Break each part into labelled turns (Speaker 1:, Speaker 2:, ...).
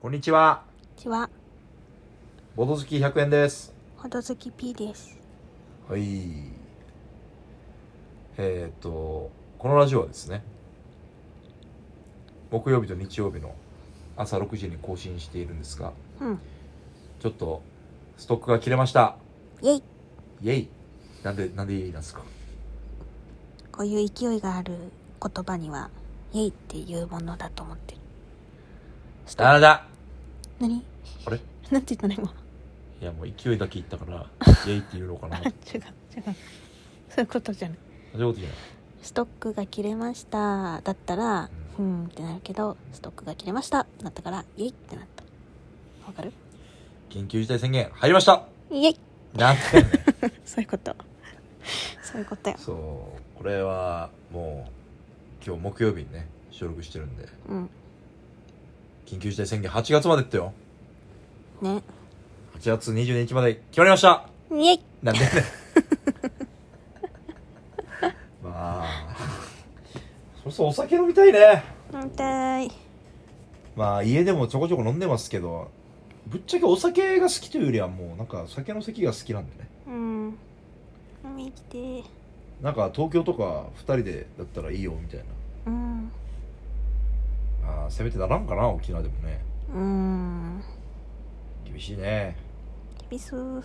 Speaker 1: こんにちは。
Speaker 2: ちは、
Speaker 1: ボト好き100円です。
Speaker 2: ほどずき P です。
Speaker 1: はい。えーっと、このラジオはですね、木曜日と日曜日の朝6時に更新しているんですが、
Speaker 2: うん。
Speaker 1: ちょっとストックが切れました。
Speaker 2: イェイ
Speaker 1: イェイ。なんで、なんでイェイなんですか
Speaker 2: こういう勢いがある言葉には、イェイっていうものだと思ってる。スト
Speaker 1: あ
Speaker 2: ッ
Speaker 1: れだ
Speaker 2: 何
Speaker 1: あれ
Speaker 2: なんて言ったの今。
Speaker 1: いや、もう勢いだけ言ったから、 イェイって言うのかな。
Speaker 2: あ、
Speaker 1: そ
Speaker 2: 違う、違う。そういうことじゃない。
Speaker 1: ういうことじゃない。
Speaker 2: ストックが切れました。だったら、う
Speaker 1: うん
Speaker 2: ってなるけど、ストックが切れました。だったから、イェイってなった。わかる
Speaker 1: 緊急事態宣言入りました
Speaker 2: イェイ
Speaker 1: なんてね。
Speaker 2: そういう こと。そういうことよ。
Speaker 1: そうこれはもう今日木曜日にね収録してるんで
Speaker 2: うん。
Speaker 1: 緊急事態宣言8月までってよ
Speaker 2: ね。
Speaker 1: 8月22日まで決まりました
Speaker 2: イェイ
Speaker 1: なんでね まあそろそろお酒飲みたいね
Speaker 2: 飲みたい。
Speaker 1: まあ家でもちょこちょこ飲んでますけどぶっちゃけお酒が好きというよりはもうなんか酒の席が好きなんでね
Speaker 2: うん。飲みきて。
Speaker 1: なんか東京とか2人でだったらいいよみたい
Speaker 2: うん。
Speaker 1: なあーせめてならんかな沖縄でもね
Speaker 2: うーん
Speaker 1: 厳しいね
Speaker 2: 厳しそう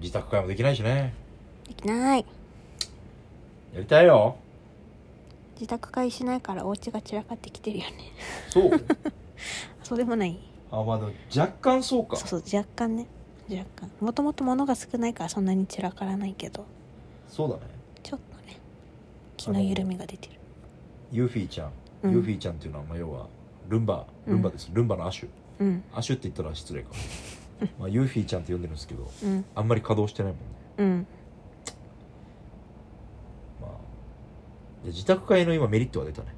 Speaker 1: 自宅会もできないしね
Speaker 2: できない
Speaker 1: やりたいよ
Speaker 2: 自宅会しないからお家が散らかってきてるよね
Speaker 1: そう
Speaker 2: そうでもない
Speaker 1: あまあでも若干そうか
Speaker 2: そうそう若干ね若干もともと物が少ないからそんなに散らからないけど
Speaker 1: そうだね
Speaker 2: ちょっとね気の緩みが出てる
Speaker 1: ユーフィーちゃん、
Speaker 2: うん
Speaker 1: ユーフィーちゃんっていうのはまあ要はルンバ
Speaker 2: うん
Speaker 1: ルンバです、ルンバの亜種
Speaker 2: うん
Speaker 1: 亜種って言ったら失礼か、 まあ、ユーフィーちゃんって呼んでるんですけど
Speaker 2: うん
Speaker 1: あんまり稼働してないもんね
Speaker 2: うん
Speaker 1: まあで自宅会の今メリットが出たね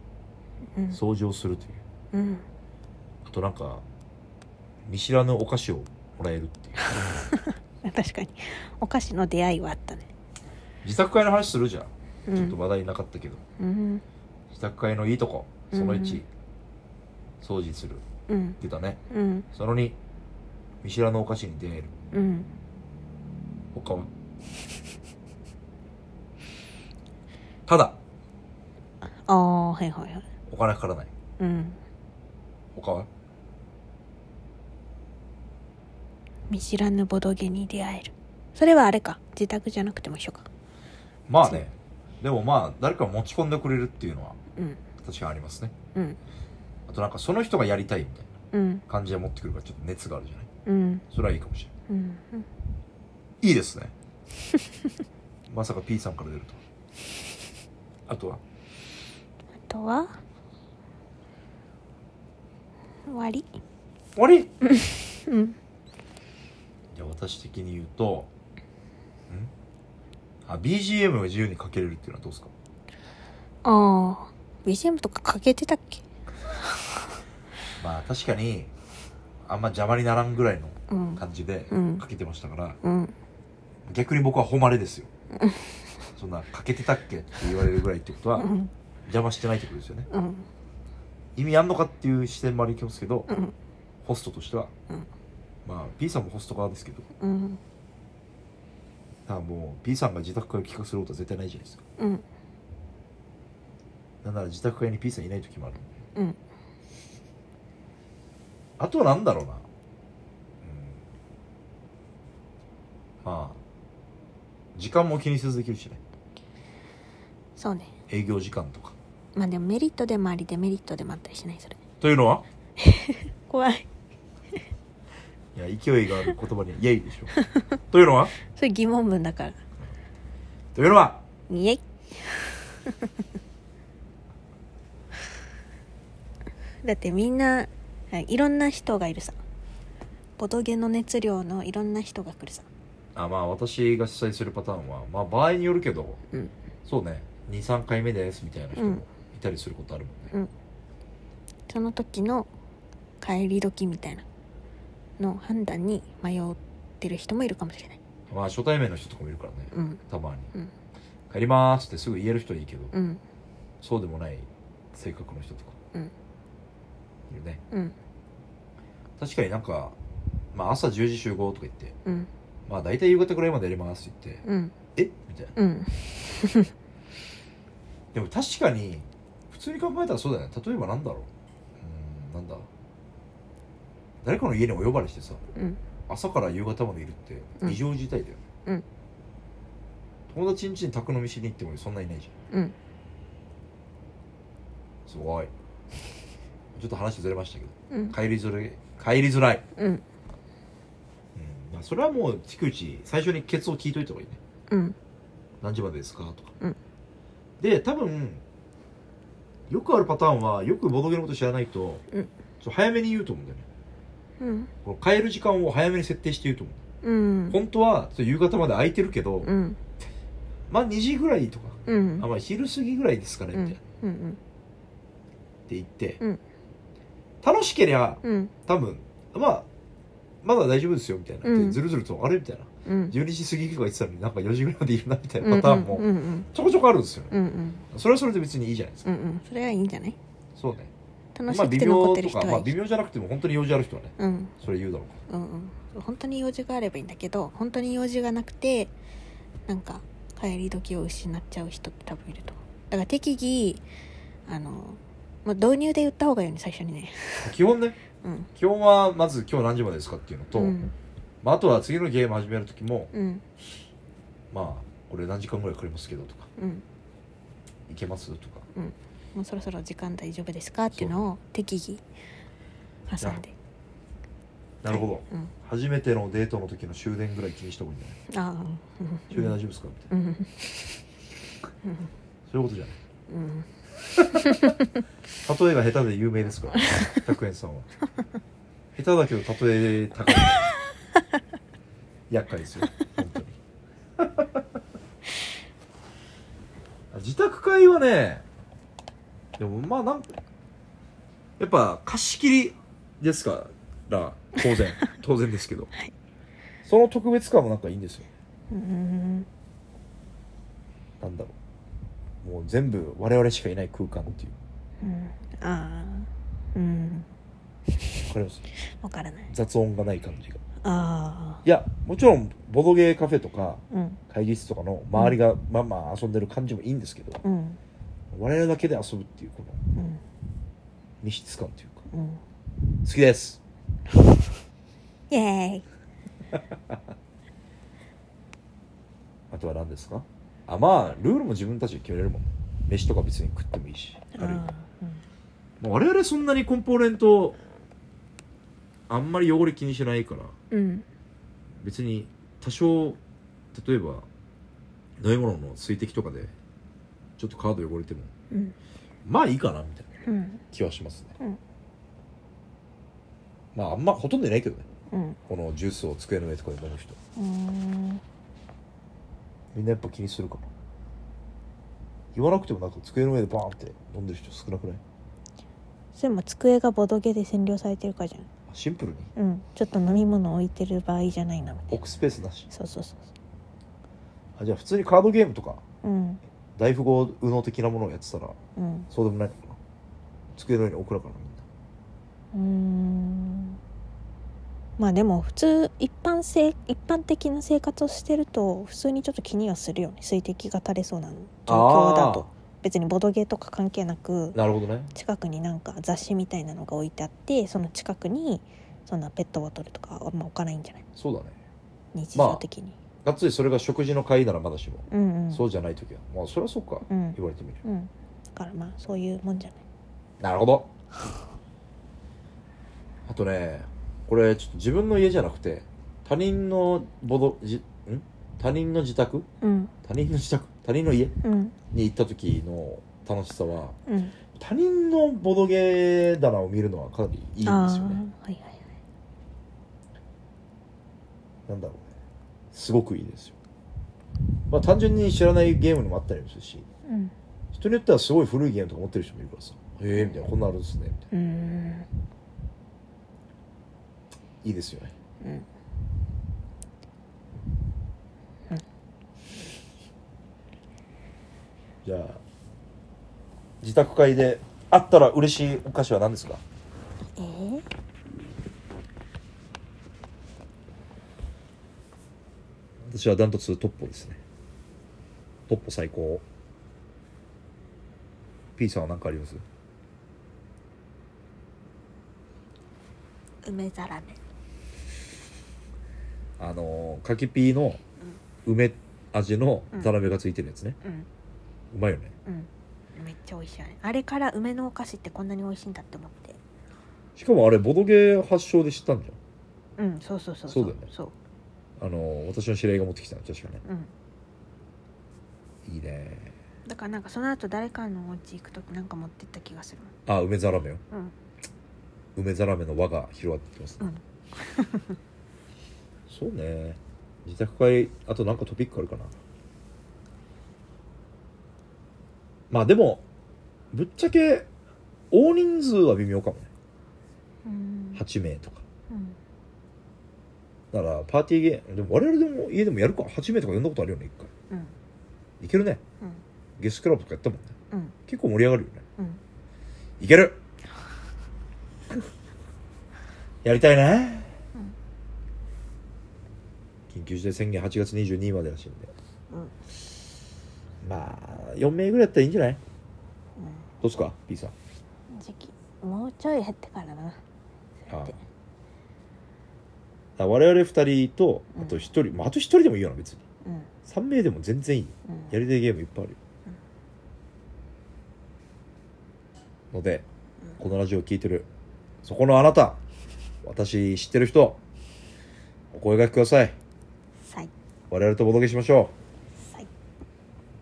Speaker 2: うん
Speaker 1: 掃除をするという
Speaker 2: うん
Speaker 1: あとなんか見知らぬお菓子をもらえるっていう
Speaker 2: 確かにお菓子の出会いはあったね
Speaker 1: 自宅会の話するじゃん、
Speaker 2: うん
Speaker 1: ちょっと話題なかったけど
Speaker 2: うん
Speaker 1: 自宅会のいいとこその1、
Speaker 2: うん
Speaker 1: 掃除する
Speaker 2: うん
Speaker 1: 出たね
Speaker 2: うん
Speaker 1: その2見知らぬお菓子に出会える
Speaker 2: うん
Speaker 1: 他はただ
Speaker 2: ああはいはいはい
Speaker 1: お金かからない
Speaker 2: うん
Speaker 1: 他は
Speaker 2: 見知らぬボドゲに出会えるそれはあれか自宅じゃなくても一緒か
Speaker 1: まあねでもまあ誰かが持ち込んでくれるっていうのは
Speaker 2: うん
Speaker 1: 確かにありますね
Speaker 2: うん
Speaker 1: あとなんかその人がやりたいみたい
Speaker 2: うん
Speaker 1: な感じで持ってくるからちょっと熱があるじゃない
Speaker 2: うん
Speaker 1: それはいいかもしれな
Speaker 2: うん
Speaker 1: いいいですね まさか P さんから出るとはあとは
Speaker 2: あとは終わり
Speaker 1: 終わり
Speaker 2: うん
Speaker 1: じゃあ私的に言うとんあ BGM が自由にかけれるっていうのはどうですか
Speaker 2: ああ BGM とかかけてたっけ
Speaker 1: まあ確かにあんま邪魔にならんぐらいの
Speaker 2: うん
Speaker 1: 感じで
Speaker 2: うん
Speaker 1: かけてましたから、
Speaker 2: うん
Speaker 1: 逆に僕は誉れです よそんなかけてたっけって言われるぐらいってことは
Speaker 2: うん
Speaker 1: 邪魔してないってことですよね
Speaker 2: うん
Speaker 1: 意味あんのかっていう視点もありますけど、
Speaker 2: うん
Speaker 1: ホストとしては、
Speaker 2: うん
Speaker 1: まあ P さんもホスト側ですけど
Speaker 2: うん
Speaker 1: だからもう P さんが自宅会を企画することは絶対ないじゃないですか
Speaker 2: うん
Speaker 1: なんなら自宅会に P さんいない時もあるんで
Speaker 2: うん
Speaker 1: あとはなんだろうな、うん、まあ時間も気にせずできるしね
Speaker 2: そうね
Speaker 1: 営業時間とか
Speaker 2: まあでもメリットでもありデメリットでもあったりしないそれ
Speaker 1: というのは
Speaker 2: 怖い
Speaker 1: いや勢いがある言葉 に「イエイ」でしょというのは
Speaker 2: それ疑問文だから
Speaker 1: というのは
Speaker 2: イエイ だってみんなはいいろんな人がいるさボトゲの熱量のいろんな人が来るさ
Speaker 1: あまあ私が主催するパターンはまあ場合によるけど、
Speaker 2: うん
Speaker 1: そうね23回目ですみたいな人
Speaker 2: う
Speaker 1: も
Speaker 2: ん
Speaker 1: いたりすることあるもんね、
Speaker 2: その時の帰り時みたいなの判断に迷ってる人もいるかもしれない
Speaker 1: まあ初対面の人とかもいるからね
Speaker 2: うん
Speaker 1: たまに、
Speaker 2: うん
Speaker 1: 帰ります」ってすぐ言える人はいいけど、
Speaker 2: うん
Speaker 1: そうでもない性格の人とか
Speaker 2: うん
Speaker 1: いるね
Speaker 2: うん
Speaker 1: 確かになんか、まあ、朝10時集合とか言って、
Speaker 2: うん
Speaker 1: まあ、大体夕方ぐらいまでやりますって言って、
Speaker 2: うん
Speaker 1: えみたいな。
Speaker 2: うん
Speaker 1: でも確かに、普通に考えたらそうだよね。例えばなんだろう。うーん、なんだ。誰かの家にお呼ばれしてさ、
Speaker 2: うん
Speaker 1: 朝から夕方までいるって
Speaker 2: うん
Speaker 1: 異常事態だよね。
Speaker 2: うん
Speaker 1: 友達ん家に宅飲みしに行ってもそんないないじゃん。
Speaker 2: うん
Speaker 1: すごい。ちょっと話ずれましたけど、
Speaker 2: うん
Speaker 1: 帰りづらい、帰りづらい。
Speaker 2: うん
Speaker 1: うんまあ、それはもう逐一最初にケツを聞いといた方がいいね
Speaker 2: うん
Speaker 1: 何時までですかとか、
Speaker 2: うん
Speaker 1: で多分よくあるパターンはよくボドゲのこと知らないと、
Speaker 2: うん
Speaker 1: ちょっと早めに言うと思うんだよね
Speaker 2: うん
Speaker 1: この帰る時間を早めに設定して言うと思う、
Speaker 2: うん
Speaker 1: 本当はちょっと夕方まで空いてるけど、
Speaker 2: うん
Speaker 1: まあ2時ぐらいとか、
Speaker 2: うん
Speaker 1: あまあ昼過ぎぐらいですかねみ
Speaker 2: う
Speaker 1: たいな、
Speaker 2: ん
Speaker 1: っ
Speaker 2: うん
Speaker 1: て言って、
Speaker 2: うん
Speaker 1: 楽しけりゃ
Speaker 2: うん
Speaker 1: 多分まあまだ大丈夫ですよみたいな、
Speaker 2: うん
Speaker 1: でずるずるとあれみたいな
Speaker 2: うん
Speaker 1: 12時過ぎとか言ってたのになんか4時ぐらいまでいるなみたいなパターンも、
Speaker 2: うんうん
Speaker 1: ちょこちょこあるんですよね
Speaker 2: うんうん
Speaker 1: それはそれで別にいいじゃないです
Speaker 2: う
Speaker 1: か、
Speaker 2: んうんそれはいいんじゃない
Speaker 1: そうね
Speaker 2: 楽
Speaker 1: まあ
Speaker 2: しく
Speaker 1: 微
Speaker 2: て残
Speaker 1: 妙
Speaker 2: って
Speaker 1: と
Speaker 2: る人
Speaker 1: か、ま
Speaker 2: は
Speaker 1: あ、
Speaker 2: い
Speaker 1: 微
Speaker 2: い
Speaker 1: 妙じゃなくても本当に用事ある人はね
Speaker 2: うん
Speaker 1: それ言うだろうか
Speaker 2: うんうん本当に用事があればいいんだけど本当に用事がなくてなんか帰り時を失っちゃう人って多分いると思うだから適宜あの、まあ、導入で言った方がいいよね最初にね
Speaker 1: 基本ね
Speaker 2: うん
Speaker 1: 基本はまず今日何時までですかっていうのと、
Speaker 2: うん
Speaker 1: まあ、あとは次のゲーム始める時も
Speaker 2: うん
Speaker 1: まあこれ何時間ぐらいかかりますけどとか
Speaker 2: うん
Speaker 1: いけますとか
Speaker 2: もうそろそろ時間大丈夫ですかっていうのを適宜挟んで
Speaker 1: なるほど
Speaker 2: うん
Speaker 1: 初めてのデートの時の終電ぐらい気にした方がいいんじゃない
Speaker 2: ああ
Speaker 1: 終電大丈夫ですかみたいな
Speaker 2: うんうん
Speaker 1: そういうことじゃない
Speaker 2: うん
Speaker 1: 例えが下手で有名ですから100円さんは下手だけど例え高い厄介ですよ本当に 自宅会はねでもまあなんやっぱ貸し切りですから当然当然ですけど、その特別感もなんかいいんですよ
Speaker 2: うん
Speaker 1: なんだろうもう全部我々しかいない空間っていう
Speaker 2: うんああうん
Speaker 1: わかります
Speaker 2: わからない
Speaker 1: 雑音がない感じが
Speaker 2: ああ
Speaker 1: いやもちろんボドゲーカフェとか
Speaker 2: うん
Speaker 1: 会議室とかの周りがまあまあ遊んでる感じもいいんですけど、
Speaker 2: うん
Speaker 1: 我々だけで遊ぶっていうこの
Speaker 2: うん
Speaker 1: 密室感というか
Speaker 2: うん
Speaker 1: 好きです
Speaker 2: イエーイ
Speaker 1: あとは何ですかあまあルールも自分たちで決めれるもんね飯とか別に食ってもいいしある意味
Speaker 2: あ
Speaker 1: もう我々そんなにコンポーネントあんまり汚れ気にしないから
Speaker 2: ーうん
Speaker 1: 別に多少例えば飲み物の水滴とかでちょっとカード汚れても
Speaker 2: うん
Speaker 1: まあいいかなみたいな
Speaker 2: うん
Speaker 1: 気はしますね、
Speaker 2: うん
Speaker 1: まああんまほとんどいないけどね
Speaker 2: うん
Speaker 1: このジュースを机の上とかで飲む人
Speaker 2: うん
Speaker 1: みんなやっぱ気にするかも言わなくてもなんか机の上でバーンって飲んでる人少なくない
Speaker 2: それも机がボドゲで占領されてるからじゃ
Speaker 1: あシンプルに
Speaker 2: んうんちょっと飲み物置いてる場合じゃないなみたい
Speaker 1: 置くスペースなし
Speaker 2: なそうそうそう
Speaker 1: あじゃあ普通にカードゲームとか
Speaker 2: そううん
Speaker 1: 大富豪右脳的なものをやってたら
Speaker 2: うん
Speaker 1: そうでもないのかな机の上に置くのかなみんな
Speaker 2: うーんまあでも普通一般性一般的な生活をしてると普通にちょっと気にはするよね水滴が垂れそうな状況だと別にボドゲとか関係なく
Speaker 1: なるほどね
Speaker 2: 近くになんか雑誌みたいなのが置いてあってその近くにそんなペットボトルとかあんま置かないんじゃない
Speaker 1: そうだね
Speaker 2: 日常的に、
Speaker 1: がっつりそれが食事の会ならまだしも、
Speaker 2: うんうん
Speaker 1: そうじゃない時はまあそりゃそうか、
Speaker 2: うん
Speaker 1: 言われてみる
Speaker 2: うんだからまあそういうもんじゃな
Speaker 1: な
Speaker 2: い
Speaker 1: るほどあとねこれちょっと自分の家じゃなくて他人のボドじん他人の自宅
Speaker 2: うん
Speaker 1: 他人の自宅他人の家
Speaker 2: うん
Speaker 1: に行った時の楽しさは
Speaker 2: うん
Speaker 1: 他人のボドゲ棚を見るのはかなりいいん
Speaker 2: ああ
Speaker 1: ですよね
Speaker 2: ーはいはいはい
Speaker 1: なんだろうねすごくいいですよまあ単純に知らないゲームにもあったりもするし
Speaker 2: うん
Speaker 1: 人によってはすごい古いゲームとか持ってる人もいるからさへえみたいなこんなのあるんですねみたいう
Speaker 2: ーん
Speaker 1: ないいですよね
Speaker 2: うん
Speaker 1: じゃあ自宅会であったら嬉しいお菓子は何ですか
Speaker 2: えー
Speaker 1: 私はダントツトッポですねトッポ最高 P さんは何かあります
Speaker 2: 梅ざらめ
Speaker 1: あのー、かきピーの梅味のザラメがついてるやつね、
Speaker 2: うん
Speaker 1: うまいよね
Speaker 2: うんめっちゃ美味しいよねあれから梅のお菓子ってこんなに美味しいんだって思って
Speaker 1: しかもあれボドゲ発祥で知ったんじ
Speaker 2: うんそうそうそう
Speaker 1: そうだよね
Speaker 2: そ
Speaker 1: ゃんあのー、私の知り合いが持ってきたの確かね
Speaker 2: ううん
Speaker 1: いいね
Speaker 2: だからなんかその後誰かのお家行く時なんか持ってった気がする
Speaker 1: あ梅ザラメよ
Speaker 2: もんうん
Speaker 1: 梅ザラメの輪が広がってきますね、
Speaker 2: うん
Speaker 1: そうね自宅会あとなんかトピックあるかなまあでもぶっちゃけ大人数は微妙かもね
Speaker 2: うん
Speaker 1: 8名とか
Speaker 2: うん
Speaker 1: だからパーティーゲームでも我々でも家でもやるか8名とか呼んだことあるよね一回
Speaker 2: うん
Speaker 1: いけるね
Speaker 2: うん
Speaker 1: ゲスクラブとかやったもんね
Speaker 2: うん
Speaker 1: 結構盛り上がるよね
Speaker 2: うん
Speaker 1: いけるやりたいね、緊急事態宣言8月22日までらしいんで
Speaker 2: うん
Speaker 1: まあ4名ぐらいやったらいいんじゃないどうすか P さん
Speaker 2: 時期もうちょい減ってからな
Speaker 1: あ
Speaker 2: で
Speaker 1: あ我々2人と
Speaker 2: うん
Speaker 1: あと1人、まあ、あと1人でもいいよな別に
Speaker 2: うん
Speaker 1: 3名でも全然いい
Speaker 2: うん
Speaker 1: やりたいゲームいっぱいあるよ、のでこのラジオを聞いてるそこのあなた私知ってる人お声がけください
Speaker 2: 最
Speaker 1: 我々とお届けしましょう